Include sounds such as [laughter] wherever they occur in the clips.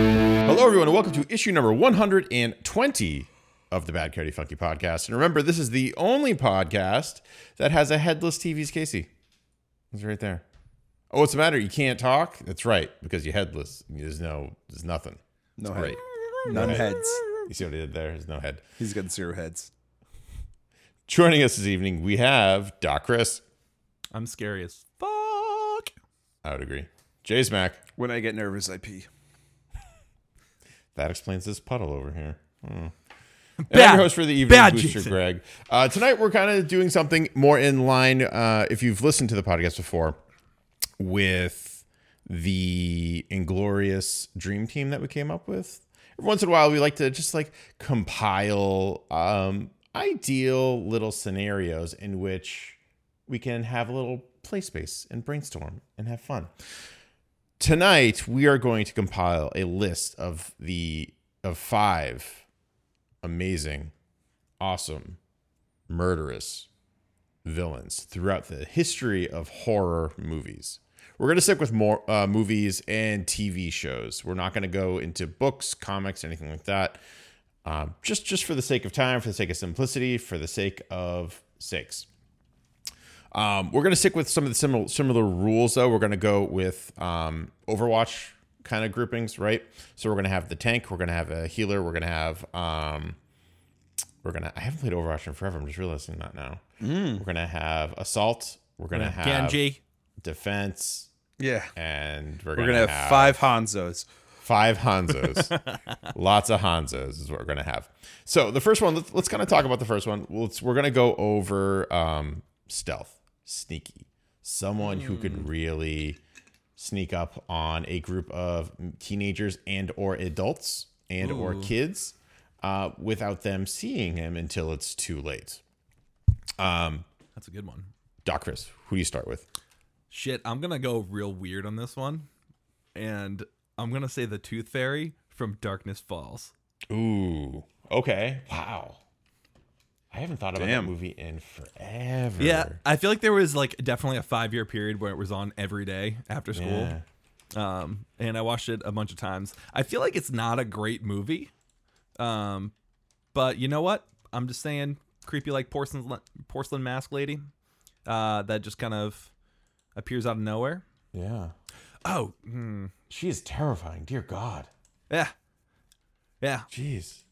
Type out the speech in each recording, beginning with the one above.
Hello, everyone, and welcome to issue number 120 of the Bad Cody Funky podcast. And remember, this is the only podcast that has a headless TV's Casey. It's right there. Oh, what's the matter? You can't talk? That's right, because you're headless. There's no, there's nothing. No Great. head. None heads. You see what I did there? There's no head. He's got zero heads. Joining us this evening, we have Doc Chris. I'm scary as fuck. I would agree. Jay's Mac. When I get nervous, I pee. That explains this puddle over here. Hmm. And I'm Bad. your host for the evening, Bad Booster Jason. Greg. Uh, tonight, we're kind of doing something more in line. Uh, if you've listened to the podcast before, with the inglorious dream team that we came up with, every once in a while, we like to just like compile um, ideal little scenarios in which we can have a little play space and brainstorm and have fun tonight we are going to compile a list of the of five amazing awesome murderous villains throughout the history of horror movies we're going to stick with more uh, movies and tv shows we're not going to go into books comics anything like that um, just just for the sake of time for the sake of simplicity for the sake of sakes um, we're going to stick with some of the similar similar rules though. We're going to go with um, Overwatch kind of groupings, right? So we're going to have the tank, we're going to have a healer, we're going to have um, we're going to I haven't played Overwatch in forever. I'm just realizing that now. We're going to have assault, we're going to have Genji. defense, Yeah. and we're We're going gonna have, five Hanzos. Five Hanzos. Lots of Hanzos is what we're going to have. So the first one, let's, let's kind of talk about the first one. Let's, we're going to go over um, stealth, sneaky, someone who could really sneak up on a group of teenagers and or adults and or kids uh, without them seeing him until it's too late. That's a good one. Doc Chris, who do you start with? Shit, I'm gonna go real weird on this one, and I'm gonna say the Tooth Fairy from Darkness Falls. Ooh, okay, wow. I haven't thought about Damn. that movie in forever. Yeah, I feel like there was like definitely a five year period where it was on every day after school, Yeah. um, and I watched it a bunch of times. I feel like it's not a great movie, um, but you know what? I'm just saying, creepy like porcelain porcelain mask lady, uh, that just kind of appears out of nowhere. Yeah. Oh, She is terrifying. Dear God. Yeah. Yeah. Jeez.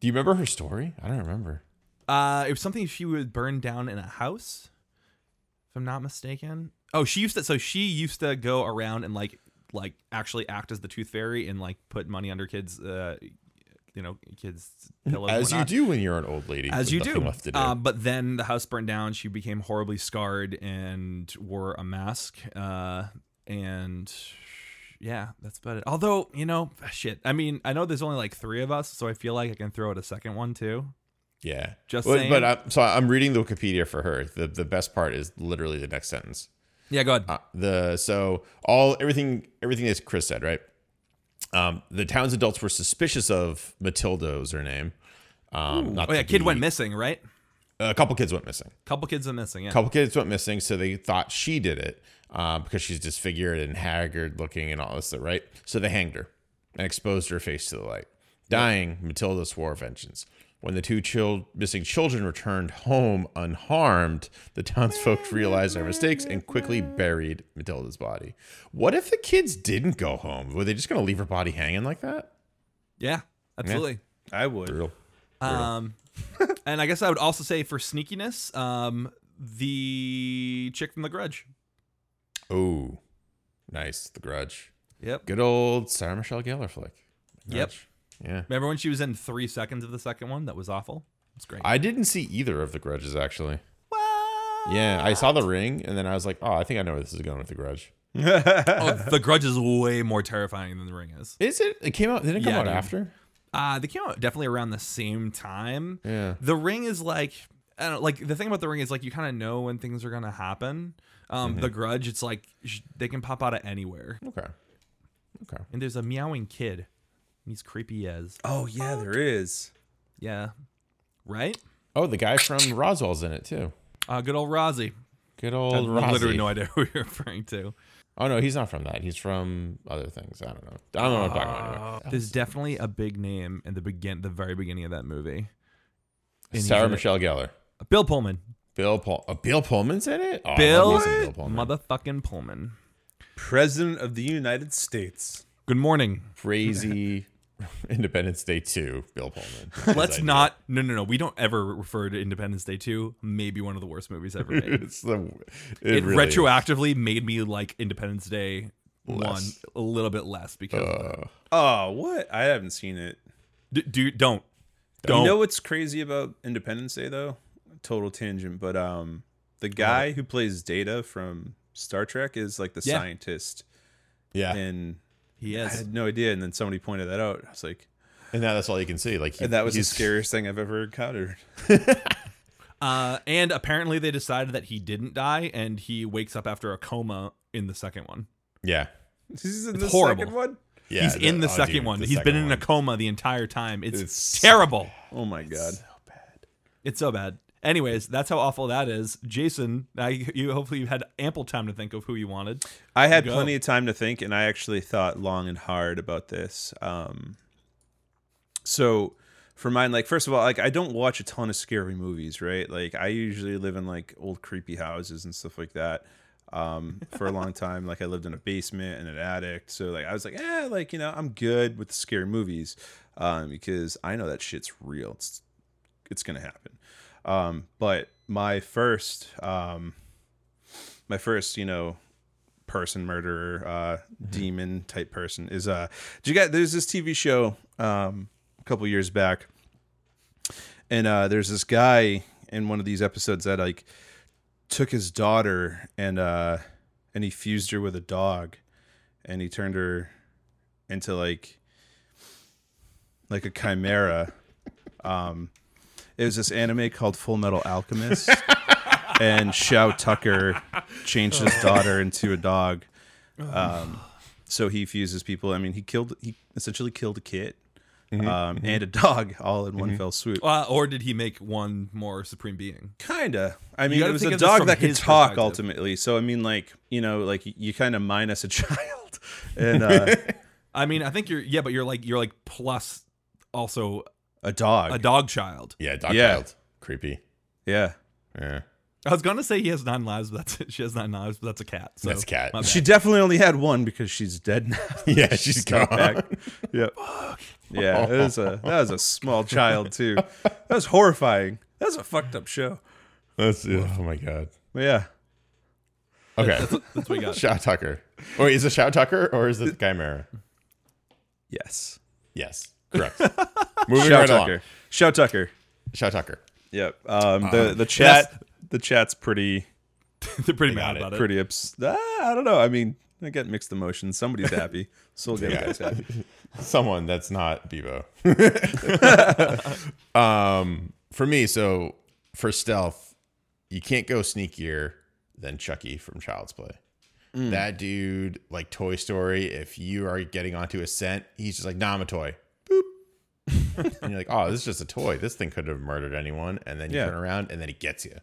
Do you remember her story? I don't remember. Uh, it was something she would burn down in a house, if I'm not mistaken. Oh, she used to. So she used to go around and like, like actually act as the tooth fairy and like put money under kids, uh, you know, [laughs] kids pillows. and As you whatnot. do when you're an old lady. As with you nothing do. Left to do. Uh, but then the house burned down. She became horribly scarred and wore a mask. Uh, and yeah, that's about it. Although, you know, ah, shit. I mean, I know there's only like three of us, so I feel like I can throw out a second one too. yeah. just but, saying. But I'm, so I'm reading the Wikipedia for her. The, the best part is literally the next sentence. Yeah, go ahead. Uh, the so all everything everything that Chris said right. Um, the town's adults were suspicious of Matilda was her name. Um, not oh yeah, to kid be- went missing, right? A couple kids went missing. Couple kids are missing. Yeah. couple kids went missing, so they thought she did it uh, because she's disfigured and haggard looking and all this, stuff, right? So they hanged her and exposed her face to the light. Dying, Matilda swore vengeance. When the two chil- missing children returned home unharmed, the townsfolk realized their mistakes and quickly buried Matilda's body. What if the kids didn't go home? Were they just going to leave her body hanging like that? yeah, absolutely. I would. Brutal. Um, [laughs] [laughs] and I guess I would also say for sneakiness, um, the chick from The Grudge. Oh, nice. The Grudge. Yep. Good old Sarah Michelle Gellar flick. Yep. Grudge. Yeah. Remember when she was in three seconds of the second one? That was awful. It's great. I didn't see either of the grudges actually. What? Yeah, I saw the ring and then I was like, oh, I think I know where this is going with the grudge. Oh, [laughs] the Grudge is way more terrifying than The Ring is. Is it? It came out. Did it come Yeah, out dude. after? Uh, they came out definitely around the same time. Yeah. The Ring is like, I don't know, like the thing about the Ring is like you kind of know when things are gonna happen. Um, Mm-hmm. The Grudge, it's like sh- they can pop out of anywhere. Okay. Okay. And there's a meowing kid. He's creepy as. [laughs] Oh yeah, there is. Yeah. Right? Oh, the guy from Roswell's in it too. Uh, good old Rozzy. Good old I Rossi. literally [laughs] no idea who you're referring to. Oh no, he's not from that. He's from other things. I don't know. I don't know what I'm talking about anyway. There's definitely a big name in the begin, the very beginning of that movie. he's Sarah in it. Michelle Gellar. Bill Pullman, Bill Paul. Uh, Bill Pullman's in it. Oh, I love Bill, me some Bill Pullman. motherfucking Pullman. President of the United States. [laughs] Good morning. crazy. [laughs] Independence Day two. Bill Pullman. His Let's idea. not. No, no, no. We don't ever refer to Independence Day 2. Maybe one of the worst movies [laughs] ever [laughs] made. It's the. It, it really is. retroactively made me like Independence Day Less. Uh, 1 a little bit less because of that. Oh, what? I haven't seen it. D- do, don't. Don't. You know what's crazy about Independence Day though? Total tangent, but um the guy who plays Data from Star Trek is like the Yeah. scientist Yeah. And, and he I is. had no idea and then somebody pointed that out. I was like now that's all you can see. Like he, and that was the he's- scariest thing I've ever encountered. [laughs] Uh, and apparently they decided that he didn't die and he wakes up after a coma in the second one. Yeah. He's in It's the horrible. second one? Yeah. He's in the oh, second dude, one. the He's second been in a one. coma the entire time. It's, It's- terrible. Oh my god. It's so bad. Anyways, that's how awful that is. Jason, I, you hopefully you had ample time to think of who you wanted. I had Go. plenty of time to think, and I actually thought long and hard about this. Um, so, for mine, like first of all, like I don't watch a ton of scary movies, right? Like I usually live in like old creepy houses and stuff like that. Um, for a long time, like I lived in a basement and an attic, so like I was like, eh, like you know, I'm good with the scary movies, um, because I know that shit's real. It's it's gonna happen. Um, but my first, um, my first, you know, person murderer uh demon type person is uh do you got there's this tv show um a couple years back and uh there's this guy in one of these episodes that like took his daughter and uh and he fused her with a dog and he turned her into like like a chimera um it was this anime called full metal alchemist and Shao Tucker changed his daughter into a dog. Um, so he fuses people. I mean, he killed, he essentially killed a kid um, and a dog all in one fell swoop. Uh, or did he make one more supreme being? Kinda. I mean, gotta it was think a of this dog from that could his talk perspective. ultimately. So I mean, like you know, like y- you kind of minus a [laughs] child, and [laughs] uh, I mean, I think you're yeah, but you're like you're like plus also a dog. a dog child. Yeah. Doc Yeah. Child. Creepy. Yeah. [laughs] Yeah. I was gonna say he has nine lives, but that's she has nine lives, but that's a cat. So That's a cat. my bad. She definitely only had one because she's dead now. [laughs] [laughs] Yeah. She's gone. [laughs] Yep. Yeah, it was a that was a small child too. That was horrifying. That was a fucked up show. That's. Oh my god. But yeah, Okay. [laughs] That's what we got. Shout Tucker. Or is it Shout Tucker or is it the Chimera? yes. Yes. [laughs] Correct. Moving Shout right Tucker. along. Shout Tucker. Shout Tucker. Yep. Um, Uh-huh. the the chat the chat's pretty [laughs] They're pretty mad got it. about it. pretty ups. Ah, I don't know. I mean, I get mixed emotions. Somebody's happy. Soul Game Yeah. guy's happy. Someone that's not Bebo. [laughs] um, for me, so for stealth, you can't go sneakier than Chucky from Child's Play. That dude, like Toy Story, if you are getting onto a scent, he's just like, nah, I'm a toy. Boop. [laughs] and you're like, oh, this is just a toy. This thing could have murdered anyone. And then you Yeah. turn around and then it gets you.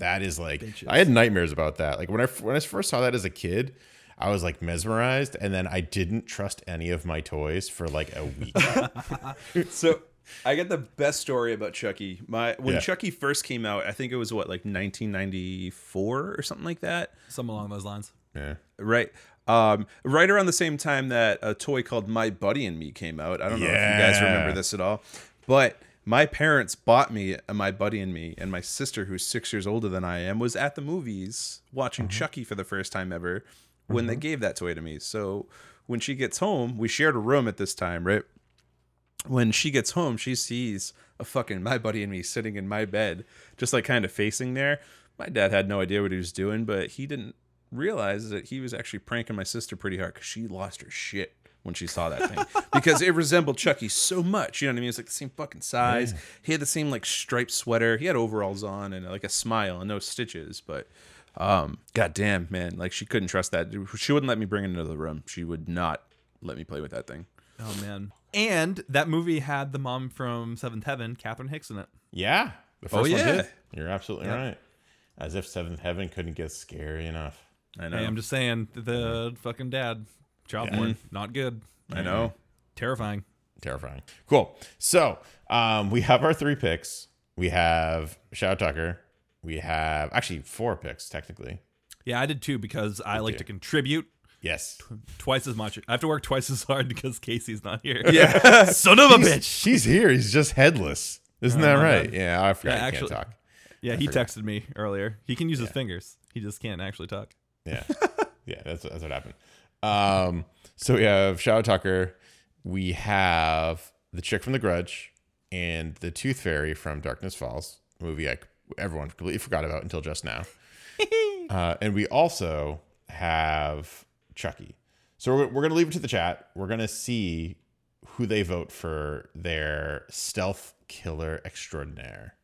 That is like I had nightmares about that. Like when I when I first saw that as a kid, I was like mesmerized, and then I didn't trust any of my toys for like a [laughs] week. So I get the best story about Chucky. My when Yeah. Chucky first came out, I think it was what like 1994 or something like that. Something along those lines. yeah. Right. Um, right around the same time that a toy called My Buddy and Me came out. I don't know if you guys Yeah. remember this at all, but my parents bought me a My Buddy and Me, and my sister, who's six years older than I am, was at the movies watching Mm-hmm. Chucky for the first time ever when they gave that toy to me. So when she gets home, we shared a room at this time, right? When she gets home, she sees a fucking My Buddy and Me sitting in my bed, just like kind of facing there. My dad had no idea what he was doing, but he didn't realize that he was actually pranking my sister pretty hard because she lost her shit when she saw that thing because it resembled Chucky so much. You know what I mean? It's like the same fucking size. He had the same like striped sweater. He had overalls on and like a smile and no stitches, but um, goddamn, man, like she couldn't trust that. She wouldn't let me bring it into the room. She would not let me play with that thing. Oh man. And that movie had the mom from Seventh Heaven, Catherine Hicks, in it. Yeah. Oh, The first yeah. You're absolutely right. As if Seventh Heaven couldn't get scary enough. I know. Hey, I'm just saying, the fucking dad, child porn, not good, I know. terrifying. Terrifying. Cool. So um, we have our three picks. We have Shadow Tucker. We have actually four picks technically. Yeah, I did too because I like to contribute Yes. twice as much. I have to work twice as hard [laughs] because Casey's not [laughs] here. Yeah. son of a He's, bitch. Oh, he's here. He's just headless. Isn't that right? Yeah, I forgot. Yeah, he actually- can't talk. Yeah, he texted me earlier. He can use his fingers. He just can't actually talk. Yeah. yeah, that's, that's what happened. Um, so we have Shadow Tucker. We have the chick from The Grudge and the Tooth Fairy from Darkness Falls, a movie I, everyone completely forgot about until just now. uh, and we also have Chucky. So we're, we're going to leave it to the chat. We're going to see who they vote for their stealth killer extraordinaire.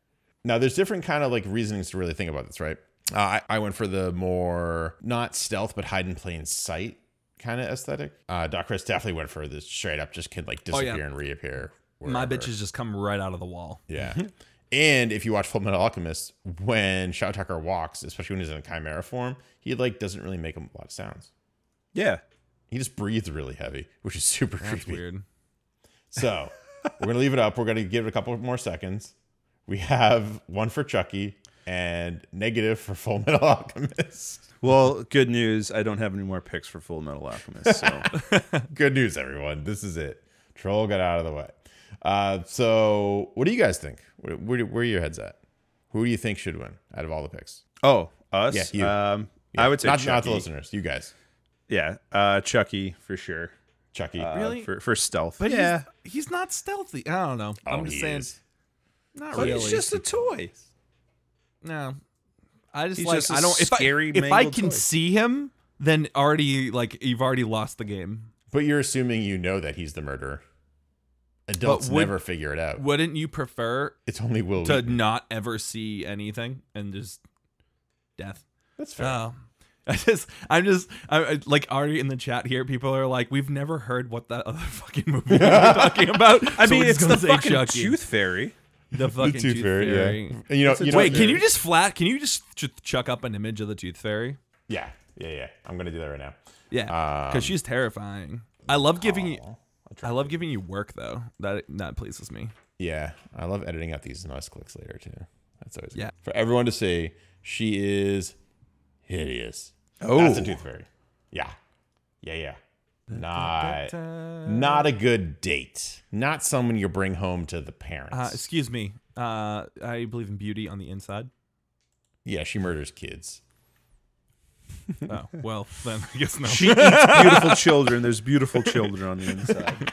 Now, there's different kind of like reasonings to really think about this, right? Uh, I, I went for the more not stealth but hide in plain sight kind of aesthetic. Uh, Doc Chris definitely went for the straight up just can like disappear and reappear. Oh, My wherever. bitches just come right out of the wall. Yeah. and if you watch Full Metal Alchemist, when Shadow Tucker walks, especially when he's in a chimera form, he like doesn't really make a lot of sounds. Yeah. He just breathes really heavy, which is super That's creepy. weird. So we're gonna leave it up. We're gonna give it a couple more seconds. We have one for Chucky and negative for Full Metal [laughs] Alchemist. Well, good news. I don't have any more picks for Full Metal Alchemist. [laughs] So Good news, everyone. This is it. Troll got out of the way. Uh, so what do you guys think? Where, where, where are your heads at? Who do you think should win out of all the picks? Oh, us? Yeah, you. Um I would say not, Chucky. not the listeners. You guys, Yeah. Uh Chucky for sure. Chucky. Uh, Really? for, for stealth. But yeah. he's, he's not stealthy. I don't know. Oh, I'm just he saying, is. not But really. it's just a toy. no. I just He's like just a I don't. If I, scary if I mangled can toy. see him, then already like you've already lost the game. But you're assuming you know that he's the murderer. Adults would- never figure it out. Wouldn't you prefer it's only Will. to Wheaton. not ever see anything and just death? That's fair. Oh. [laughs] I just, I'm just, I, I- like already in the chat here. People are like, we've never heard what that other [laughs] fucking [laughs] movie you're talking about. I so we're mean, it's just gonna the say fucking Chucky. tooth fairy. the fucking tooth, fairy. yeah. And you know, you know, Wait, can you just flat? Can you just ch- chuck up an image of the tooth fairy? Yeah, yeah, yeah. I'm gonna do that right now. Yeah, because she's terrifying. I love giving you. I love giving you work though. That that pleases me. Yeah, I love editing out these noise clicks later too. That's always Yeah. good. for everyone to see. She is hideous. Oh. That's a tooth fairy. Yeah, yeah, yeah. Not, not a good date. Not someone you bring home to the parents. Uh, excuse me. Uh, I believe in beauty on [laughs] the inside. yeah, she murders kids. Oh well, then I guess [laughs] no. She eats beautiful children. There's beautiful children on the inside.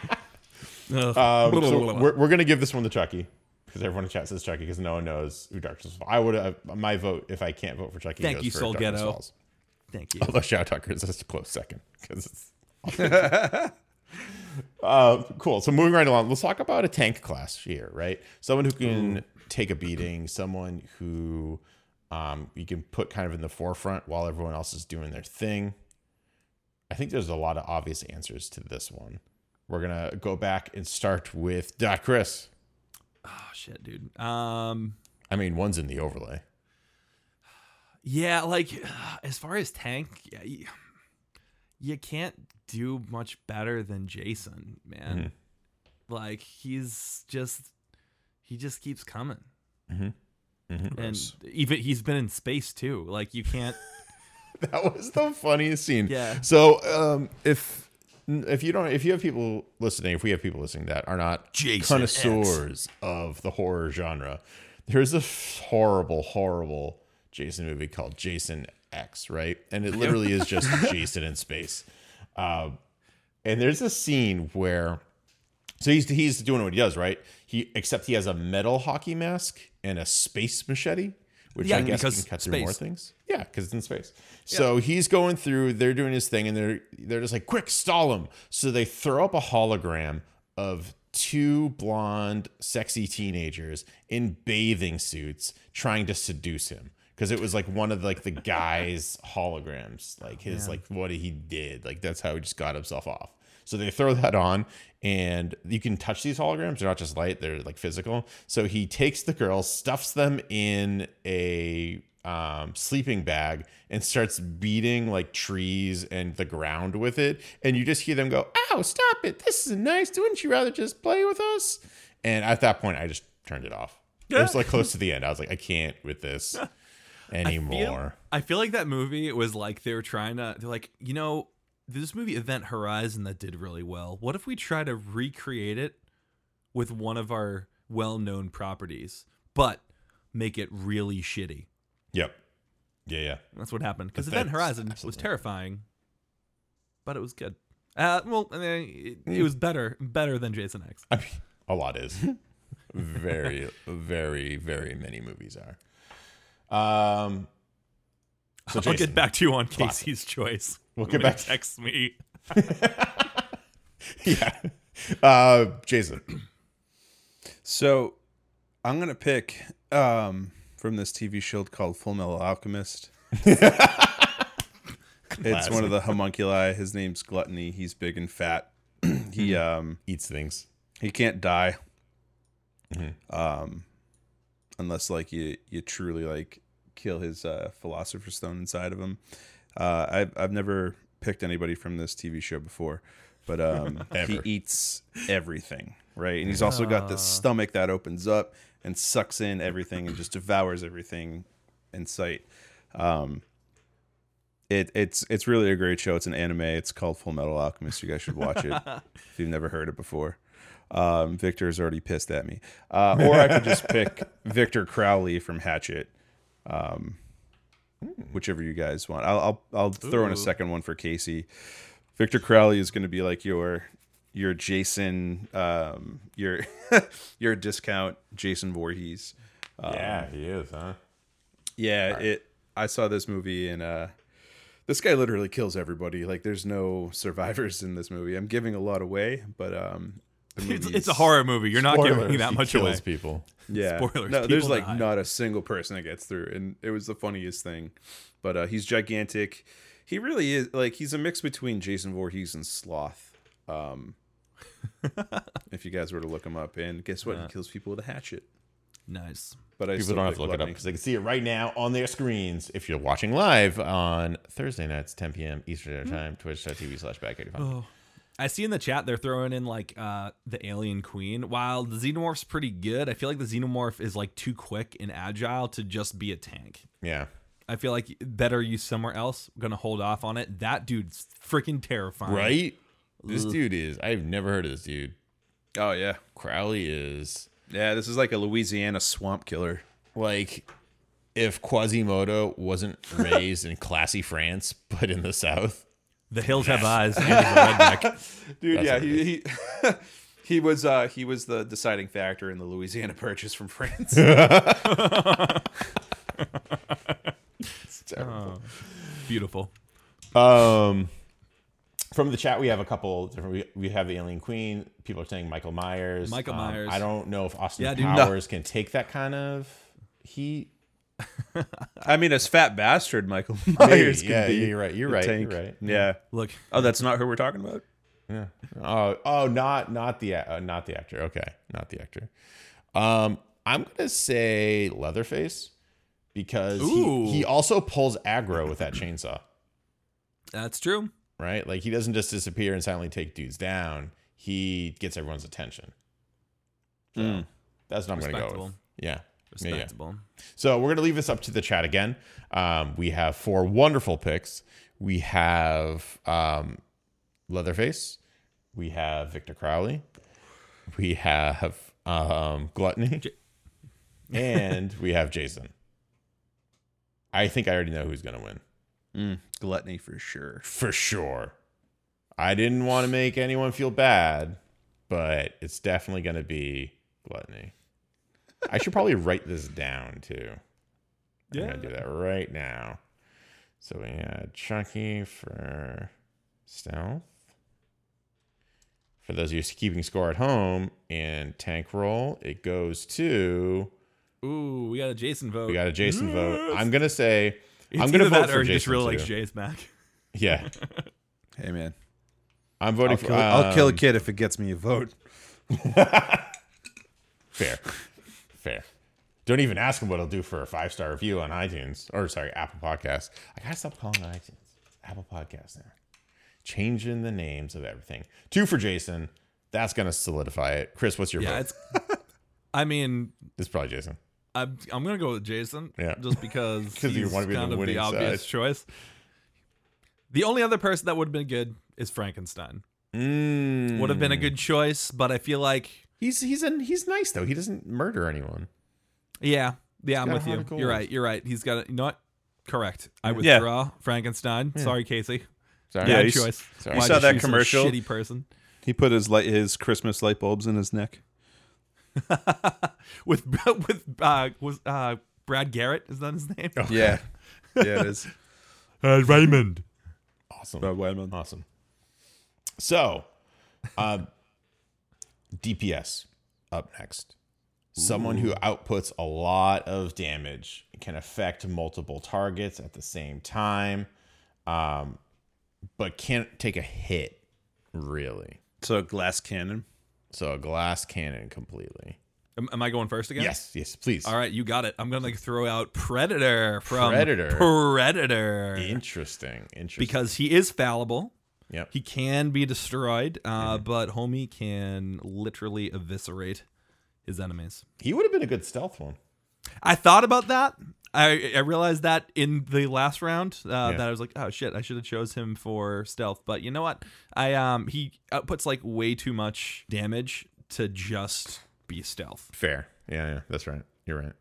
Ugh. Um, so we're, we're gonna give this one to Chucky because everyone in chat says Chucky because no one knows who Darkness. Falls. I would uh, my vote if I can't vote for Chucky. Thank goes you, for Soul Darkness Ghetto. Falls. Thank you. Oh, Although Shadow Tucker is just a close second because it's. uh, cool. So moving right along, let's talk about a tank class here, right? Someone who can take a beating, someone who um, you can put kind of in the forefront while everyone else is doing their thing. I think there's a lot of obvious answers to this one. We're gonna go back and start with Dot Chris. Oh shit, dude. Um, I mean, one's in the overlay. yeah, like [sighs] as far as tank, yeah, you, you can't do much better than Jason, man. Like he's just he just keeps coming. And even he's been in space too. Like you can't. [laughs] That was the funniest scene. Yeah. So um, if if you don't if you have people listening, if we have people listening that are not connoisseurs of the horror genre, there's a f- horrible, horrible Jason movie called Jason X, right? And it literally is just Jason in space. Um, and there's a scene where so he's he's doing what he does, right? He except he has a metal hockey mask and a space machete, which I Yeah, guess because can cut through more space. things. Yeah, because it's in space. So he's going through. They're doing his thing, and they're they're just like, "Quick, stall him!" So they throw up a hologram of two blonde, sexy teenagers in bathing suits trying to seduce him because it was like one of [laughs] like the guy's holograms, like his like what he did. Like that's how he just got himself off. So they throw that on, and you can touch these holograms. They're not just light; they're like physical. So he takes the girls, stuffs them in a um, sleeping bag and starts beating like trees and the ground with it. And you just hear them go, Ow, stop it. This isn't nice. Wouldn't you rather just play with us? And at that point, I just turned it off. It was like close to the end. I was like, I can't with this anymore. I feel like that movie was like they were trying to. They're like, you know, this movie Event Horizon that did really well. What if we try to recreate it with one of our well-known properties, but make it really shitty? Yep. Yeah, yeah. That's what happened because But Event that's Horizon was absolutely- terrifying, but it was good. Uh, well, I mean, it, it was better, better than Jason X. I mean, a lot is. [laughs] very, very, very many movies are. Um, [laughs] so I'll Jason, get back to you on classic. Casey's choice. We'll When get back- he Texts [laughs] me. Yeah. Uh, Jason. So I'm gonna pick um, from this TV show called Full Metal [laughs] Alchemist. it's one of the homunculi. His name's Gluttony. He's big and fat. [clears throat] he um eats things. he can't die. Um unless like you you truly like kill his uh philosopher's stone inside of him. Uh I've I've never picked anybody from this TV show before, but um he Ever. eats everything, right? And he's also got this stomach that opens up and sucks in everything and just devours everything in sight. Um it, it's it's really a great show. It's an anime. It's called Full Metal Alchemist. You guys should watch it if you've never heard it before. Um, Victor is already pissed at me. Uh, or I could [laughs] just pick Victor Crowley from Hatchet, um, whichever you guys want. I'll I'll, I'll throw in a second one for Casey. Victor Crowley is going to be like your your Jason um, your [laughs] your discount Jason Voorhees. yeah, he is, huh? Yeah, it. I saw this movie and uh, this guy literally kills everybody. Like, there's no survivors in this movie. I'm giving a lot away, but um, the [laughs] It's, movie's- it's a horror movie. You're not giving me that much away. people. [laughs] Yeah, Spoilers, No, there's people like die. not a single person that gets through, and it was the funniest thing. But uh, he's gigantic. He really is like he's a mix between Jason Voorhees and Sloth. [laughs] Um, if you guys were to look him up, and guess what? He kills people with a hatchet. Nice. But I People still don't have pick to look it up Gluttony. because they can see it right now on their screens. If you're watching live on Thursday nights, 10 p.m. Eastern Standard Time, twitch.tv slash back 85. I see in the chat they're throwing in like uh the alien queen. While the xenomorph's pretty good, I feel like the xenomorph is like too quick and agile to just be a tank. Yeah. I feel like better use somewhere else. gonna hold off on it. That dude's freaking terrifying. Right? This dude is, I've never heard of this dude. Oh yeah, Crowley is yeah. This is like a Louisiana swamp killer. like if Quasimodo [laughs] wasn't raised in classy France, but in the South. The hills have eyes. and he's a redneck. dude That's yeah what it he, he [laughs] he was uh he was the deciding factor in the louisiana [laughs] purchase from france [laughs] Beautiful. Um, from the chat, we have a couple different. We, we have the Alien Queen. People are saying Michael Myers. Michael Um, Myers. I don't know if Austin Yeah, dude, no. Powers can take that kind of heat. [laughs] i mean as fat bastard [laughs] michael Maybe. myers could Yeah, be yeah, you're right. You're the right. tank. You're right. yeah Look, oh that's not who we're talking about Oh, oh, not not the uh, not the actor. Okay, not the actor. Um, I'm gonna say Leatherface because he, Ooh. he also pulls aggro with that chainsaw. that's true. Right, like he doesn't just disappear and silently take dudes down. He gets everyone's attention. So that's what I'm gonna go with. Hmm. Respectable. Yeah. Yeah, yeah. Respectable. So we're going to leave this up to the chat again. Um, we have four wonderful picks. We have um, Leatherface. We have Victor Crowley. We have um, Gluttony. and we have Jason. I think I already know who's going to win Mm, gluttony for sure for sure. I didn't want to make anyone feel bad, but it's definitely going to be Gluttony. I should probably write this down too. I'm gonna do that right now. So we had Chucky for stealth. For those of you keeping score at home and tank roll, it goes to Ooh, we got a Jason vote. we got a Jason vote. I'm gonna say It's I'm gonna either vote that for or he Jason. just really likes too. [laughs] Jay's back. Yeah, hey man I'm voting I'll for. kill, I'll kill a um, kid if it gets me a vote Fair, fair. Don't even ask him what he'll do for a five star review on iTunes or sorry, Apple Podcasts. I gotta stop calling it iTunes. Apple Podcasts now. Changing the names of everything. Two for Jason. That's gonna solidify it. Chris, what's your Yeah, vote? [laughs] it's. I mean, It's probably Jason. I'm, I'm gonna go with Jason. Yeah. Just because [laughs] 'Cause you he's wanna be on the kind of winning the obvious side. choice. The only other person that would have been good is Frankenstein. Mm. Would have been a good choice, but I feel like He's he's an, he's nice though. He doesn't murder anyone. yeah, yeah, I'm got a with heart you. of You're gold. right. You're right. He's got a you know what? Correct. I Yeah. withdraw Frankenstein. Sorry, Casey. Sorry. Yeah, Bad he's- choice. sorry. Why You saw did that choose a commercial? Shitty person He put his light, his Christmas light bulbs in his neck. with [laughs] with uh, was uh, Brad Garrett. Is that his name? [laughs] [laughs] Uh, Yeah, yeah, it is. Raymond. awesome. Rob Weidman. Awesome. So, uh, [laughs] DPS up next. Someone who outputs a lot of damage can affect multiple targets at the same time, um, but can't take a hit really. So glass cannon. So a glass cannon completely. Am, am I going first again? Yes, yes, please. All right, you got it. I'm gonna like throw out Predator from Predator. Predator Interesting. Interesting. because he is fallible. yep. He can be destroyed, uh, but homie can literally eviscerate his enemies. he would have been a good stealth one. I thought about that. I, I realized that in the last round uh, Yeah. that I was like, oh shit, I should have chose him for stealth. But you know what? I um he outputs like way too much damage to just be stealth. Fair. Yeah, yeah, that's right. You're right.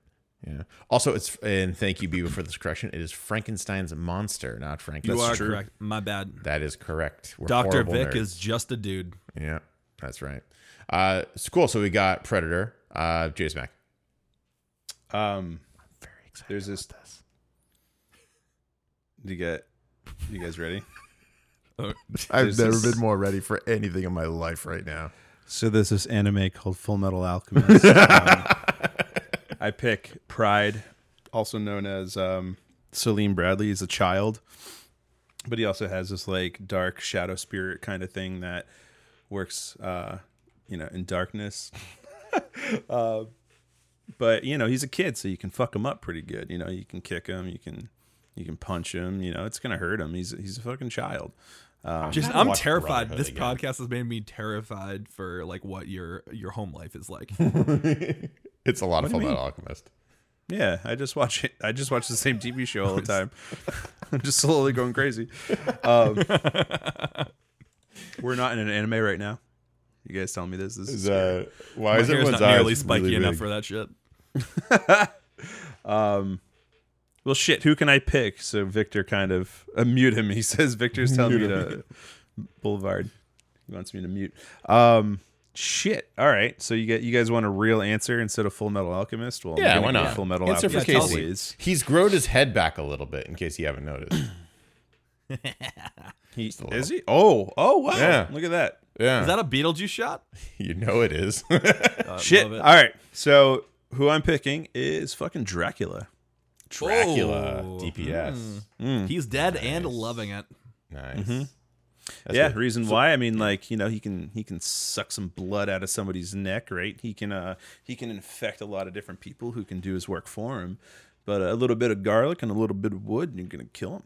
Yeah. Also, it's and thank you, Beaver, for this correction. It is Frankenstein's monster, not Frankenstein. You are correct. My bad. That is correct. We're Doctor horrible Vic nerds. is just a dude. Yeah, that's right. Uh, it's cool. So we got Predator. Uh, Jason Mac. Um, Very excited. there's this. You get. You guys ready? [laughs] I've There's never this- been more ready for anything in my life right now. So there's this anime called Full [laughs] Metal Alchemist. Um, I pick Pride, also known as um, Celine Bradley, is a child, but he also has this like dark shadow spirit kind of thing that works, uh, you know, in darkness. [laughs] uh, but you know, he's a kid, so you can fuck him up pretty good. You know, you can kick him, you can you can punch him. You know, it's gonna hurt him. He's he's a fucking child. Just gotta I'm Oh, watch terrified. Brotherhood This again. podcast has made me terrified for like what your your home life is [laughs] like. [laughs] It's a lot of What Full do you Metal Alchemist. Yeah, I just watch it. I just watch the same TV show all the time. [laughs] I'm just slowly going crazy. Um, we're not in an anime right now. You guys telling me this? This is scary. why My hair's not nearly spiky enough for that shit. Uh, well, shit. Who can I pick? So Victor kind of uh, mute him. [laughs] He says Victor's telling me to Boulevard. He wants me to mute. Um, shit. All right. So you get you guys want a real answer instead of Full Metal Alchemist? Well, I'm Yeah, gonna why go not? Full Metal Answer for Alchemist. Casey. always. He's grown his head back a little bit, in case you haven't noticed. He, a little. is he? Oh, oh wow! Yeah. Look at that. Yeah, Is that a Beetlejuice shot? you know it is. [laughs] Uh, Shit. love All it. right. So who I'm picking is fucking Dracula. Dracula Oh. hmm. DPS. Hmm. He's dead and loving it. Nice. That's yeah. good. Reason why? I mean, like you know, he can he can suck some blood out of somebody's neck, right? He can uh he can infect a lot of different people who can do his work for him. But a little bit of garlic and a little bit of wood, and you're gonna kill him.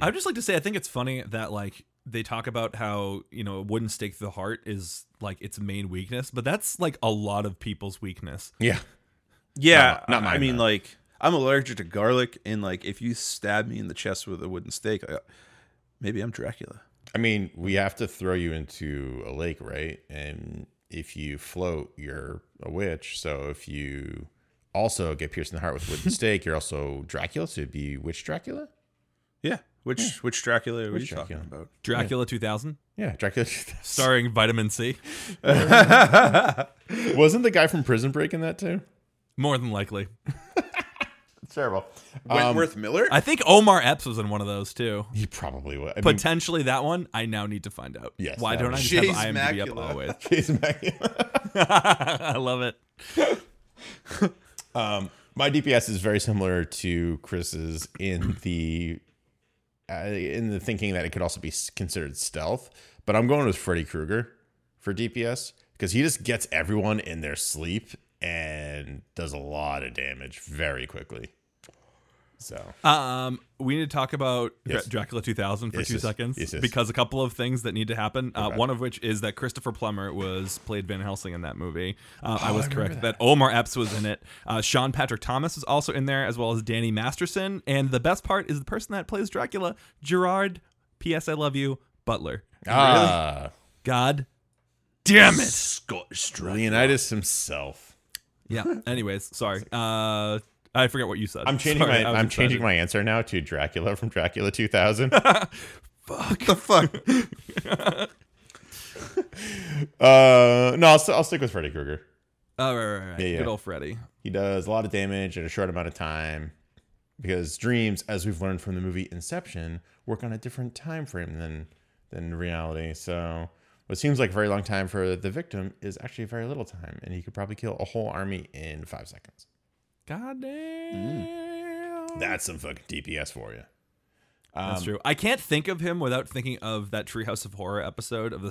I would just like to say I think it's funny that like they talk about how you know a wooden stake to the heart is like its main weakness, but that's like a lot of people's weakness. Yeah. Yeah, Not- not I- I mine, mean, though. like I'm allergic to garlic, and like if you stab me in the chest with a wooden stake, I, maybe I'm Dracula. I mean, we have to throw you into a lake, right? And if you float, you're a witch. So if you also get pierced in the heart with a [laughs] wooden stake, you're also Dracula. So it'd be Witch Dracula? Yeah. Which which Dracula are Which you Dracula? talking about? Dracula 2000, Yeah, Dracula. [laughs] starring Vitamin C, Wasn't the guy from Prison Break in that too? more than likely. Terrible. Wentworth Miller. I think Omar Epps was in one of those too. Um, He probably would. I mean, [laughs] Potentially that one. I now need to find out. Yes, Why that don't I one. just have Jeez, IMDb up [laughs] macula. always? Jason Mac- I love it. my DPS is very similar to Chris's in the uh, in the thinking that it could also be s- considered stealth, but I'm going with Freddy Krueger for DPS because he just gets everyone in their sleep and does a lot of damage very quickly. [laughs] So Um, we need to talk about Dra- Yes. Dracula 2000 for Yes, two yes. seconds Yes, yes. because a couple of things that need to happen. Uh, one of which is that Christopher Plummer was played Van Helsing in that movie. Oh, Uh, I was correct that. Omar Epps was in it. Uh, Sean Patrick Thomas was also in there, as well as Danny Masterson. And the best part is the person that plays Dracula, Gerard. P.S. I love you, Butler. ah, God, damn [laughs] it. Scottish Leonidas himself. Yeah. Anyways, sorry. Uh, I forget what you said. I'm changing Sorry, I my was I'm changing excited. my answer now to Dracula from Dracula 2000. [laughs] What the fuck? [laughs] Uh, no, I'll, st- I'll stick with Freddy Krueger. Oh, right, right, right. Yeah, yeah. Good old Freddy. He does a lot of damage in a short amount of time because dreams, as we've learned from the movie Inception, work on a different time frame than than reality. So what seems like a very long time for the victim is actually very little time, and he could probably kill a whole army in five seconds. God damn. Mm, That's some fucking DPS for you. um, That's true. I can't think of him without thinking of that Treehouse of Horror episode of The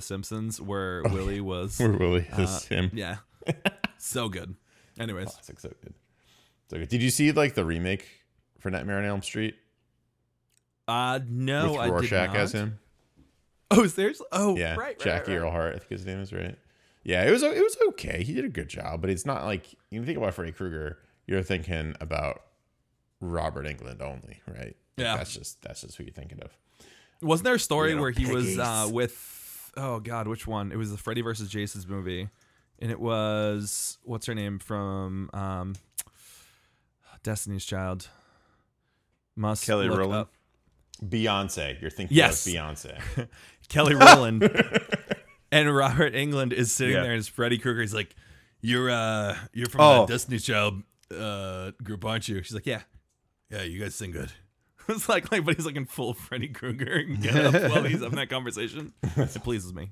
[laughs] Simpsons where Oh, Willie was. Or Willie is him. Yeah. [laughs] so good. Anyways, Classic, so good. So good. Did you see like the remake for Nightmare on Elm Street uh, no, with I did Rorschach not. as him? Oh, is there's oh [laughs] Yeah, right, right, Jackie right, right. Earl Hart, I think his name is right. Yeah, it was it was okay. He did a good job, but it's not like you think about Freddy Krueger, you're thinking about Robert England only, right? Like, Yeah. that's just that's just who you're thinking of. Wasn't there a story Little where he was piggies. uh, with oh god, which one? It was the Freddy versus Jason's movie, and it was what's her name from um, Destiny's Child. Must Kelly look Rowland? up. Beyonce, you're thinking Yes. of Beyonce. [laughs] Kelly Rowland and Robert England is sitting Yeah. there, and it's Freddy Krueger. He's like, "You're uh, you're from Oh. the Destiny Child uh, group, aren't you?" She's like, "Yeah, [laughs] yeah, you guys sing good." it's like, like, but he's like in full Freddy Krueger getup while he's having [laughs] that conversation. It pleases me.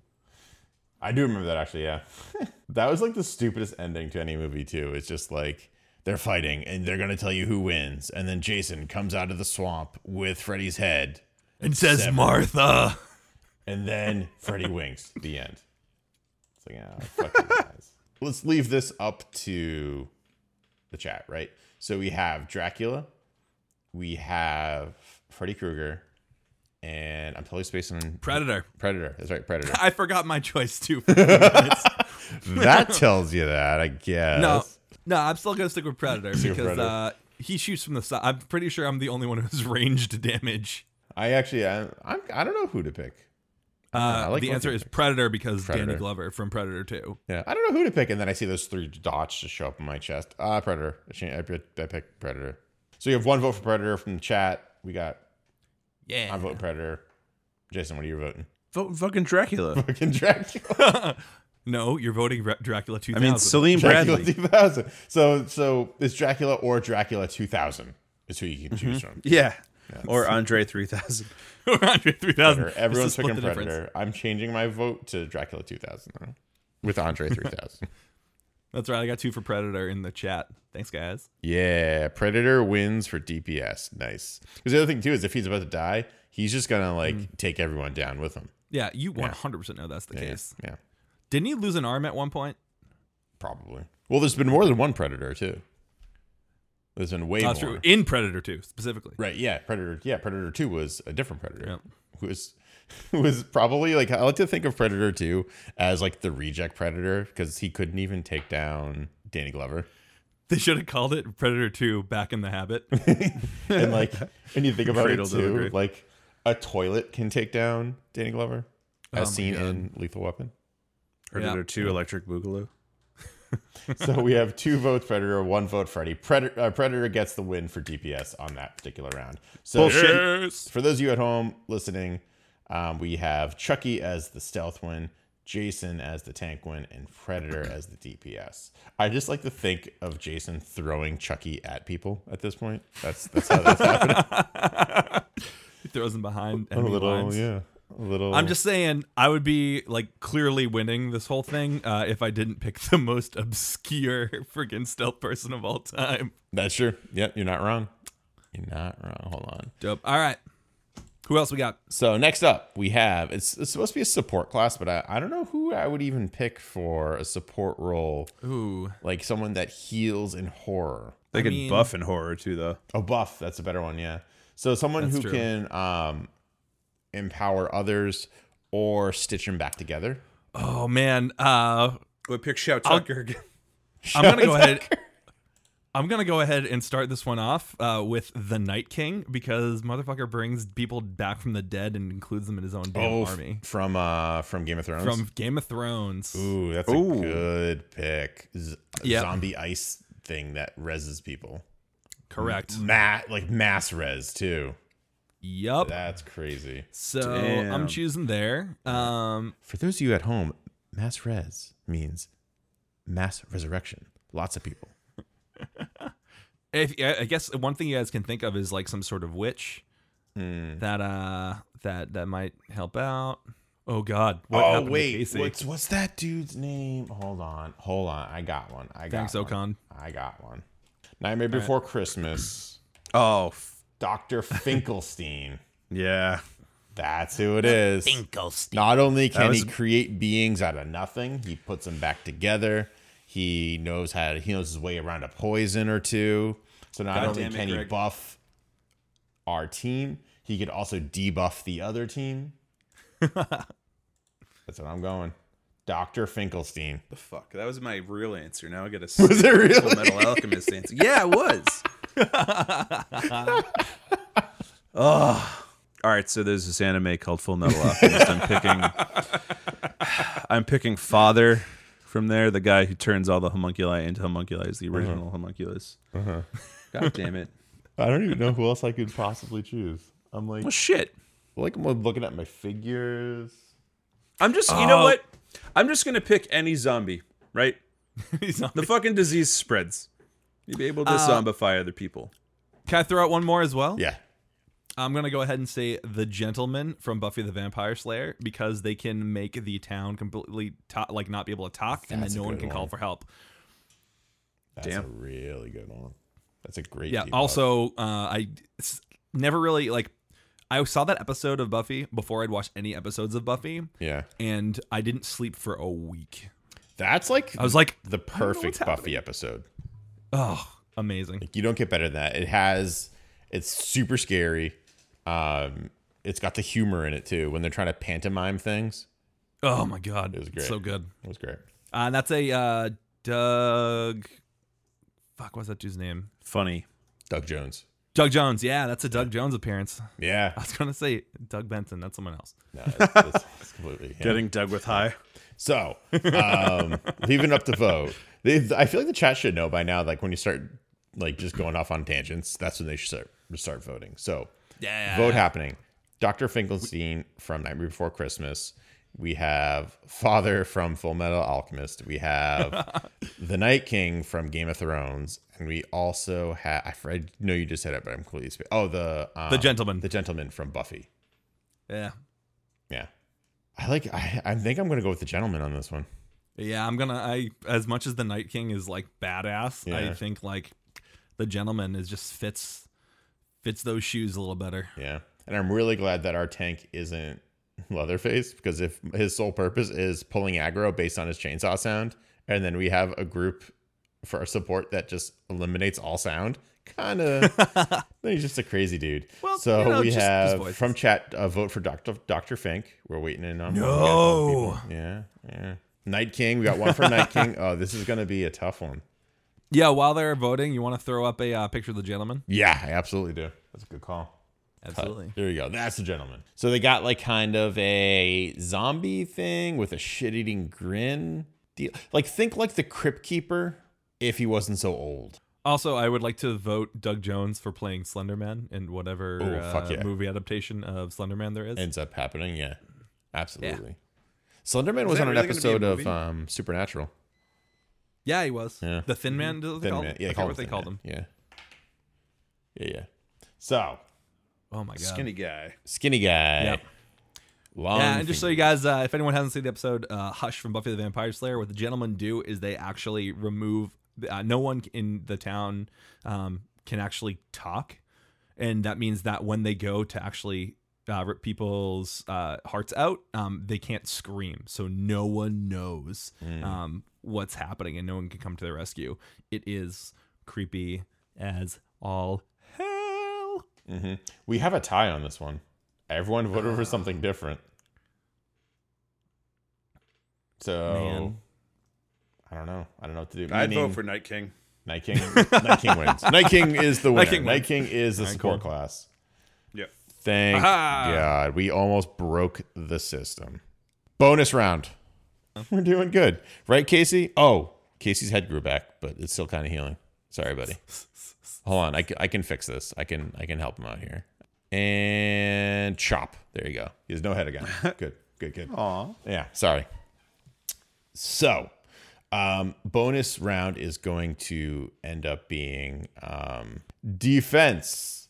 I do remember that actually, yeah. [laughs] that was like the stupidest ending to any movie too. It's just like they're fighting and they're gonna tell you who wins, and then Jason comes out of the swamp with Freddy's head, And says Seven. Martha. and then Freddy winks. The end. It's like, ah, fuck you guys. [laughs] Let's leave this up to the chat, right? So we have Dracula, we have Freddy Krueger, and I'm totally spacing on Predator. Predator. That's right, [laughs] Predator. [laughs] I forgot my choice too. that tells you that, I guess. No, no, I'm still gonna stick with Predator Stick because with Predator. Uh, he shoots from the side. I'm pretty sure I'm the only one who's [laughs] ranged damage. I actually, I, I'm, I don't know who to pick. Uh, I like the both answer of is Predator because Predator. Danny Glover from Predator 2. Yeah, I don't know who to pick, and then I see those three dots just show up in my chest. Ah, Predator. I cha- I pick- I pick Predator. So you have one vote for Predator from the chat. We got Yeah. I vote Predator. Jason, what are you voting? [laughs] Vote fucking [laughs] Dracula. Fucking Dracula. [laughs] no, you're voting Ra- Dracula 2000. I mean, Celine Dracula Bradley. 2000. So, so it's Dracula or Dracula 2000 is who you can choose Mm-hmm. from. [laughs] Yeah. Or Andre 3000. [laughs] Or Andre 3000. Predator. Just to Everyone's split picking the Predator. difference. I'm changing my vote to Dracula 2000 though, with Andre 3000. That's right. I got two for Predator in the chat. Thanks, guys. [laughs] yeah, Predator wins for DPS. Nice. Because the other thing too is if he's about to die, he's just gonna like Mm. take everyone down with him. Yeah, you 100% know that's the case. Yeah, Didn't he lose an arm at one point? probably. Well, there's been more than one Predator too. There's been way That's more. true. In Predator 2, specifically. Right. Yeah. Predator. Yeah. Predator Two was a different Predator. Yep. Who [laughs] was who was probably like I like to think of Predator Two as like the reject Predator because he couldn't even take down Danny Glover. [laughs] They should have called it Predator 2 Back in the Habit. [laughs] And like, and you think about it Cradle to the too, grave. like a toilet can take down Danny Glover, Oh as seen in Lethal [laughs] Weapon. Predator Yeah. 2 Electric Boogaloo. So we have two votes Predator, one vote Freddy. Predator, uh, Predator gets the win for DPS on that particular round. So Bullshit. Yes. for those of you at home listening, um, we have Chucky as the stealth win, Jason as the tank win, and [clears throat] Predator as the DPS. I just like to think of Jason throwing Chucky at people at this point. That's that's how [laughs] that's happening. He throws him behind. a enemy little, lines. yeah, a little. I'm just saying, I would be like clearly winning this whole thing uh, if I didn't pick the most obscure [laughs] freaking stealth person of all time. that's true. Yep, you're not wrong. You're not wrong. Hold on. Dope. All right. Who else we got? So next up, we have it's, it's supposed to be a support class, but I, I don't know who I would even pick for a support role, Ooh, like someone that heals in horror. They could mean- buff in horror too, though. A buff, that's a better one, yeah. So someone That's who true. can um, empower others or stitch them back together. oh man, uh, Would pick Shout Tucker again. I'm [laughs] gonna go ahead. I'm gonna go ahead and start this one off uh, with the Night King because motherfucker brings people back from the dead and includes them in his own damn Oh, f- army from uh, from Game of Thrones. from Game of Thrones. Ooh, that's Ooh. a good pick. Z- Yeah. Zombie ice thing that reses people. Correct. Ma- like mass res too. Yup. That's crazy. So Damn. I'm choosing there. Um, For those of you at home, mass res means mass resurrection. Lots of people. if I I guess one thing you guys can think of is like some sort of witch Hmm. that uh that that might help out. Oh God! What oh happened to wait, Casey? what's what's that dude's name? Hold on, hold on. I got one. I got Thanks, one. Ocon. [laughs] I got one. Nightmare Before Christmas. Oh, f- Doctor Finkelstein. yeah. That's who it is. Finkelstein. Not only can was- he create beings out of nothing, he puts them back together. He knows how he knows his way around a poison or two. So not God only damn it, can he Greg. buff our team, he could also debuff the other [laughs] team. That's what I'm going. Doctor Finkelstein. The fuck. That was my real answer. Now I got a Was it Full really? Metal Alchemist answer. Yeah, it was. [laughs] oh. All right, so there's this anime called Full Metal Alchemist. I'm picking [sighs] I'm picking Father from there, the guy who turns all the homunculi into homunculi is the original homunculus. God damn it. I don't even know who else I could possibly choose. I'm like, Well shit. like I'm looking at my figures. I'm just you know Oh. what? I'm just gonna pick any zombie, right? He's not- The fucking disease spreads. You'd be able to zombify other people. Can I throw out one more as well? Yeah. I'm gonna go ahead and say the gentleman from Buffy the Vampire Slayer because they can make the town completely to- like not be able to talk, and That's then a no one good can call one. for help. That's a Damn. really good one. That's a great Yeah. debuff. Also, uh, I s- never really like. I saw that episode of Buffy before I'd watched any episodes of Buffy, Yeah. and I didn't sleep for a week. That's like I was like, the perfect Buffy episode. oh, amazing. You don't get better than that. It has it's super scary. Um it's got the humor in it too when they're trying to pantomime things. Oh my god, was it's so great. good. It was great. Uh, and that's a uh, Doug. Fuck, what's that dude's name? Funny. Doug Jones. Doug Jones. Yeah, that's a Doug Jones appearance. [laughs] Yeah. I was gonna say Doug Benson. That's someone else. No, it's, it's- it's completely him. Getting dug with high. So, um, leaving up to vote. They, I feel like the chat should know by now. Like when you start like just going off on tangents, that's when they should start, start voting. So, Yeah. vote happening. Doctor Finkelstein from Nightmare Before Christmas. We have Father from Full Metal Alchemist. We have the Night King from Game of Thrones, and we also have. I, fr- I know you just said it, but I'm completely. Sp- oh, the um, The gentleman. the gentleman from Buffy. Yeah. Yeah, I like. I, I think I'm gonna go with the gentleman on this one. Yeah, I'm gonna. I as much as the Night King is like badass, Yeah. I think like the gentleman is just fits fits those shoes a little better. Yeah. And I'm really glad that our tank isn't [laughs] Leatherface because if his sole purpose is pulling aggro based on his chainsaw sound, and then we have a group for our support that just eliminates all sound, kind of. [laughs] then he's just a crazy dude. Well, so you know, we just- just have voices. from chat uh, vote for Dr. Dr. Fink. We're waiting in on. No. more people. Yeah. Yeah. Night King. We got one for Night [laughs] King. Oh, this is going to be a tough one. Yeah. While they're voting, you want to throw up a uh, picture of the gentleman? Yeah, I absolutely do. That's a good call. Absolutely. There you go. That's the gentleman. So they got like kind of a zombie thing with a shit-eating grin deal. Like think like the Crypt Keeper if he wasn't so old. Also, I would like to vote Doug Jones for playing Slenderman in whatever Oh, fuck uh, yeah. movie adaptation of Slenderman there is. Ends up happening, yeah. Absolutely. Slenderman was that on an really gonna be episode a of movie? um, Supernatural. yeah, he was. Yeah. The Thin Man. do they Thin call Man. him? Yeah, they I forget call him what they Thin called Man. him. Yeah. Yeah, yeah. So, Oh my god. Skinny guy. skinny guy. Yep. Long Yeah, and just so you fingers. guys, uh, if anyone hasn't seen the episode uh, Hush from Buffy the Vampire Slayer, what the gentlemen do is they actually remove uh, no one in the town um, can actually talk, and that means that when they go to actually uh, rip people's uh, hearts out, um, they can't scream. So no one knows um, what's happening and no one can come to their rescue. It is creepy as all hell. We have a tie on this one. Everyone voted for something different. So Man. I don't know. I don't know what to do. I'd Meaning vote for Night King. Night King. Night King wins. Night King is the winner. Night King, King wins. is the support class. Yep. Thank Aha! God. We almost broke the system. Bonus round. [laughs] We're doing good. Right, Casey? Oh, Casey's head grew back, but it's still kind of healing. Sorry, buddy. Hold on. I, c- I can fix this. I can I can help him out here. And chop. There you go. He has no head again. Good. Good. Good. Aw. Yeah, sorry. So, um, bonus round is going to end up being um, defense.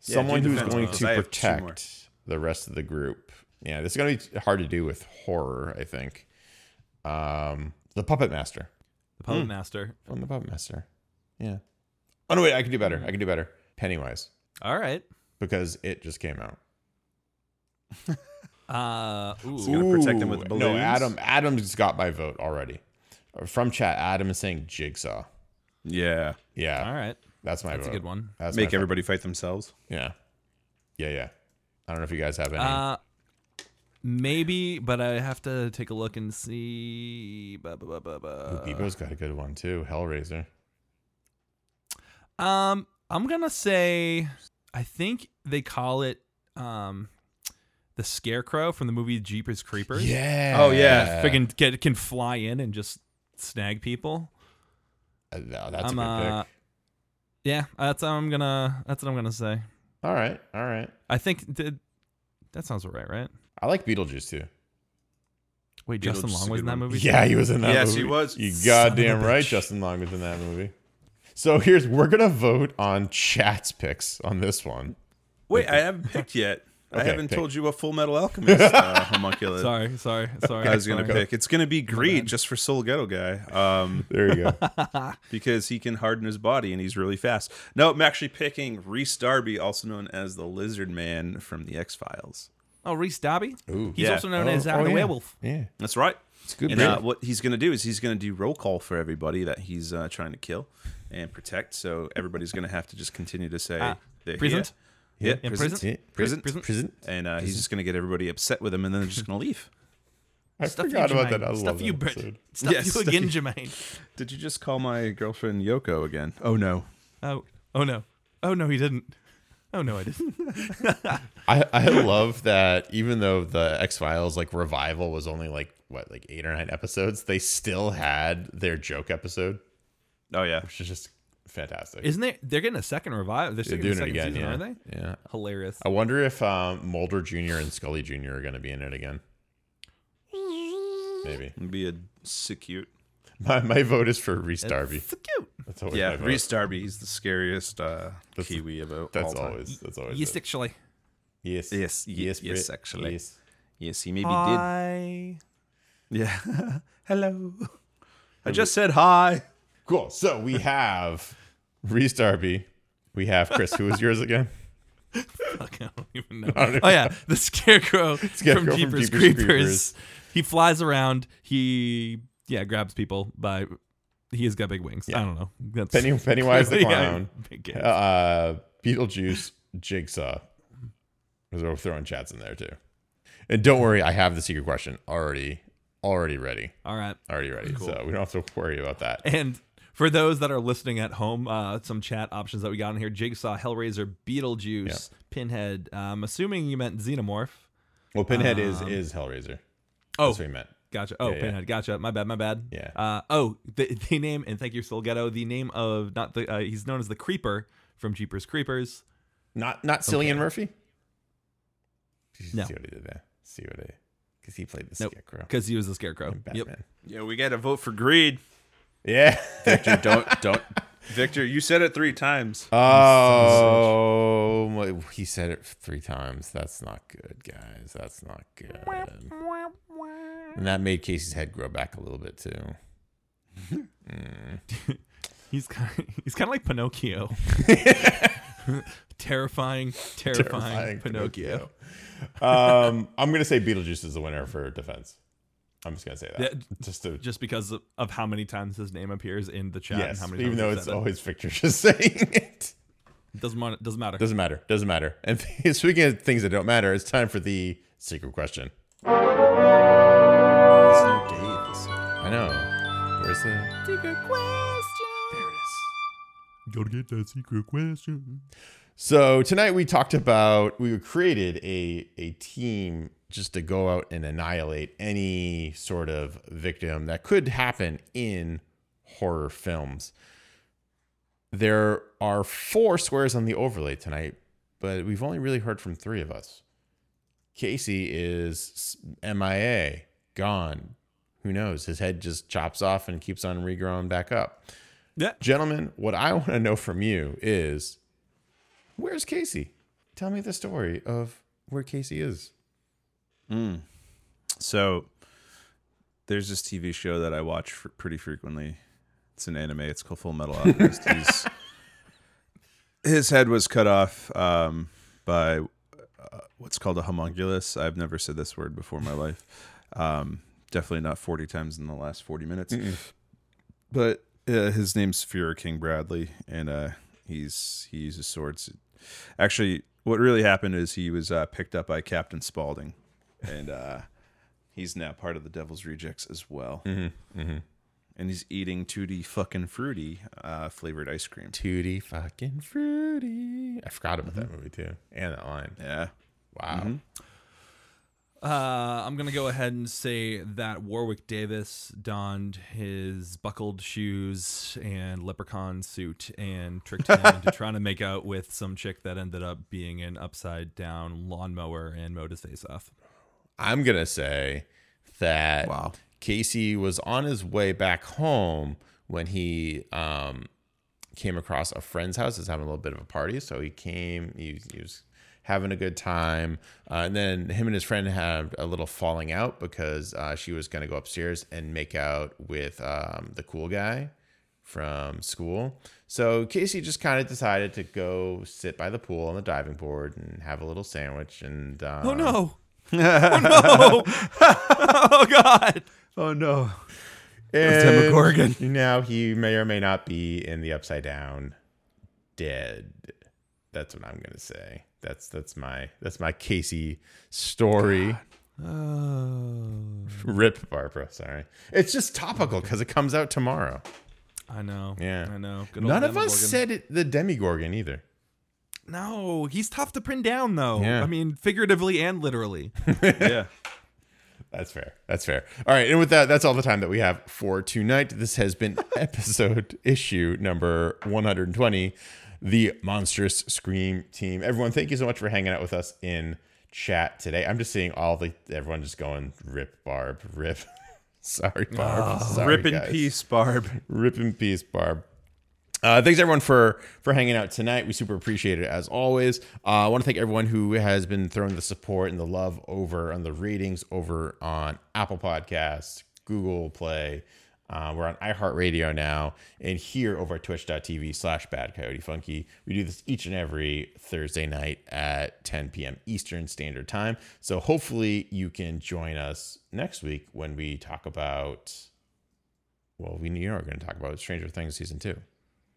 Someone do who's defense going bonus. to I have two more. protect the rest of the group. Yeah, this is going to be hard to do with horror, I think. Um, the puppet master. The puppet master. On the puppet master. Yeah. Oh, no, wait, I can do better. I can do better. Pennywise, All right. because it just came out. Uh, ooh. Ooh. gonna protect him with Ooh, No, balloons? Adam. Adam's got my vote already. Uh, From chat, Adam is saying jigsaw. Yeah. Yeah, All right. that's my That's a vote. good one. That's Make my vote. everybody fight themselves. Yeah, yeah, yeah. I don't know if you guys have any. Uh, maybe, but I have to take a look and see. Ba, ba, ba, ba, ba. Bebo's got a good one too. Hellraiser. Um, I'm gonna say, I think they call it um, the Scarecrow from the movie Jeepers Creepers. Yeah. Oh, yeah. Friggin' get can fly in and just snag people. Uh, no, that's I'm, a good uh, pick. Yeah, that's what I'm gonna. That's what I'm gonna say. All right, all right. I think th- that sounds right, right? I like Beetlejuice too. Wait, Beetlejuice Justin is a Long good was in that one. movie. Yeah, he was in that. Yes, movie. he was. You Son of a goddamn right, bitch. Justin Long was in that movie. So here's we're gonna vote on chat's picks on this one. Wait, I haven't picked yet. [laughs] I Okay, haven't pick. told you what Full Metal Alchemist [laughs] uh, homunculus Sorry, sorry, [laughs] sorry. I was gonna sorry. pick. It's gonna be Greed just for Soul Ghetto guy, um, There you [laughs] go. because he can harden his body and he's really fast. No, I'm actually picking Reese Darby, also known as the Lizard Man from the X Files. Oh, Reese Dobby. Ooh. He's Yeah. also known Oh, as uh, oh, the yeah. Werewolf. Yeah. That's right. It's good. And uh, what he's going to do is he's going to do roll call for everybody that he's uh, trying to kill and protect. So everybody's going to have to just continue to say Ah, they're present? here. Yeah, In present. prison? Present. Prison. And uh, he's just going to get everybody upset with him, and then they're just going to leave. I Stuff forgot you, about Jermaine. that. I love Stuff that you, Brit- episode. [laughs] Stuff Yes, you stuff again, you- Jermaine. [laughs] Did you just call my girlfriend Yoko again? Oh no. [laughs] Oh, oh no. Oh no, he didn't. Oh no, I didn't. I, I love that even though the X Files like revival was only like what like eight or nine episodes, they still had their joke episode, Oh yeah. which is just fantastic. [laughs] Isn't there? They're getting a second revive. They're, They're still doing it second again, season, yeah. Oh, aren't they? Yeah. Hilarious. I wonder if um, Mulder Jr. and Scully Jr. are going to be in it again. Maybe It'd be a so cute. my, my vote is for Reese Darby. It's cute. That's always Yeah, my vote. Reese Darby. He's the scariest uh, That's- Kiwi of all That's time. always that's always Yes, it. actually. yes Yes, ye- yes yes, Brit. actually. yes. Yes, he maybe Hi. did. Yeah. [laughs] Hello. I just said hi. Cool. So we have Reese Darby. We have Chris. Who was yours [laughs] again? Fuck, I don't [laughs] even know. Oh yeah, the scarecrow, Scarecrow from from Jeepers, Jeepers Creepers. Creepers. He flies around. He yeah grabs people by. He has got big wings. I don't know. That's [laughs] Penny, Pennywise the Yeah, clown. big guy. uh, Beetlejuice, Jigsaw. Because we're throwing chats in there too. And don't worry, I have the secret question already, already ready, All right. already ready. So we don't have to worry about that. And for those that are listening at home, uh, some chat options that we got in here: Jigsaw, Hellraiser, Beetlejuice, Pinhead. Uh, I'm assuming you meant Xenomorph. Well, Pinhead is is Hellraiser. Um, Oh, That's what we meant. gotcha. Oh, yeah. Pinhead. Gotcha. My bad. My bad. Yeah. Uh, oh, the, [laughs] the name and thank you, Soul Ghetto. The name of not the uh, he's known as the Creeper from Jeepers Creepers. Not not Cillian Murphy. Did you No. See what he did there. See what he because he played the Nope. scarecrow. Because he was the Scarecrow. Yep. Batman. Yeah, we got to vote for greed. Yeah. Victor, don't don't. Victor, you said it three times. Oh, my- he said it three times. That's not good, guys. That's not good. And that made Casey's head grow back a little bit too. [laughs] [laughs] He's kind he's kind of like Pinocchio. terrifying, terrifying, Terrifying Pinocchio. um, I'm gonna say Beetlejuice is the winner for defense. I'm just gonna say that. Yeah. Just to Just because of, of how many times his name appears in the chat, and yes, how many even times though I've it's said it. always Victor just [laughs] saying it. doesn't mon- doesn't matter. Doesn't matter. Doesn't matter. And [laughs] speaking of things that don't matter, it's time for the secret question. There's no date this I know. Where's the secret question? There it is. Gotta get that secret question. So tonight we talked about we created a a team just to go out and annihilate any sort of victim that could happen in horror films. There are four squares on the overlay tonight, but we've only really heard from three of us. Casey is MIA, gone. Who knows? His head just chops off and keeps on regrowing back up. Yeah. Gentlemen, what I want to know from you is Where's Casey? Tell me the story of where Casey is. So there's this TV show that I watch fr- pretty frequently. It's an anime. It's called Full Metal Alchemist. He's, his head was cut off um, by uh, what's called a homunculus. I've never said this word before in my life. Um, definitely not 40 times in the last 40 minutes. But uh, his name's Fuhrer King Bradley, and uh, he's he uses swords. Actually, what really happened is he was uh, picked up by Captain Spaulding, and uh, he's now part of the Devil's Rejects as well. Mm-hmm. Mm-hmm. And he's eating tutti fucking fruity uh, flavored ice cream. Tootie fucking fruity. I forgot about that movie too. And that line. Yeah. Wow. Uh, I'm gonna go ahead and say that Warwick Davis donned his buckled shoes and leprechaun suit and tricked him [laughs] into trying to make out with some chick that ended up being an upside down lawnmower and mowed his face off. I'm gonna say that Wow. Casey was on his way back home when he um, came across a friend's house. Is having a little bit of a party, so he came. He, he was having a good time, uh, and then him and his friend had a little falling out because uh, she was gonna go upstairs and make out with um, the cool guy from school. So Casey just kind of decided to go sit by the pool on the diving board and have a little sandwich. And um, Oh no! [laughs] oh no! [laughs] oh god! Oh no. And Demogorgon. [laughs] Now he may or may not be in the upside down dead. That's what I'm gonna say. That's that's my that's my Casey story. Oh, Rip Barbara, sorry. It's just topical because it comes out tomorrow. I know. Yeah. I know. Good old None of us Demogorgon. said it, the Demigorgon either. no. He's tough to pin down, though. Yeah. I mean, figuratively and literally. [laughs] Yeah. That's fair. That's fair. All right. And with that, that's all the time that we have for tonight. This has been episode issue number 120, the Monstrous Scream Team. Everyone, thank you so much for hanging out with us in chat today. I'm just seeing all the everyone just going rip Barb, rip. [laughs] Sorry, Barb. Sorry, Ah, Rip in guys. peace, Barb. Rip in peace, Barb. Uh, thanks everyone for for hanging out tonight. We super appreciate it as always. Uh, I want to thank everyone who has been throwing the support and the love over on the ratings over on Apple Podcasts, Google Play. Uh, we're on iHeartRadio now and here over at twitch.tv slash bad coyote funky. We do this each and every Thursday night at 10 p.m. Eastern Standard Time. So hopefully you can join us next week when we talk about well, we know we're going to talk about Stranger Things season two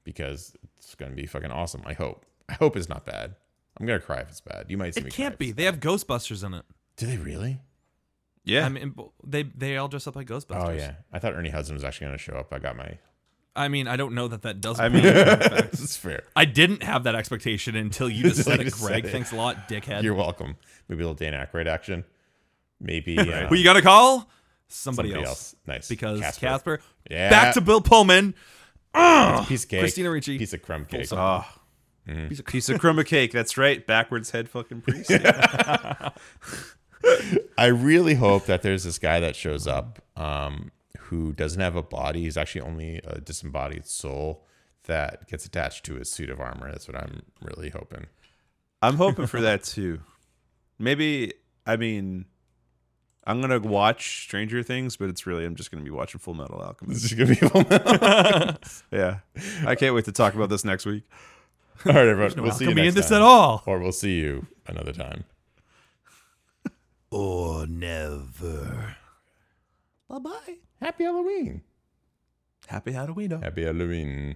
because it's going to be fucking awesome. I hope. I hope it's not bad. I'm going to cry if it's bad. You might see me. It cry can't if be. it's- They have Ghostbusters in it. Do they really? Yeah. I mean, b- they they all dress up like Ghostbusters. Oh yeah. I thought Ernie Hudson was actually going to show up. I got [laughs] my. [laughs] I mean, I don't know that that doesn't. I I mean, That's fair. didn't have that expectation until you [laughs] just Until said you it, just Greg. said it. Thanks a lot, dickhead. You're welcome. Maybe a little Dan Aykroyd action. [laughs] Maybe uh, Who you gonna call? Somebody, somebody else. Nice. Because Casper. Yeah. Back to Bill Pullman. piece of cake. Christina Ricci. Piece of crumb cake. oh. Piece of, piece of chroma cake. That's right. Backwards head fucking priest. I really hope that there's this guy that shows up um, who doesn't have a body. He's actually only a disembodied soul that gets attached to his suit of armor. That's what I'm really hoping. [laughs] [laughs] I'm hoping for that too. Maybe I mean I'm gonna watch Stranger Things, but it's really I'm just gonna be watching Full Metal [laughs] Alchemist. [laughs] This is gonna be Yeah. I can't wait to talk about this next week. All right, everyone. No we'll see you alchemy in next this time. at all. Or we'll see you another time. Or never. Bye bye. Happy Halloween. Happy Halloween. Happy Halloween.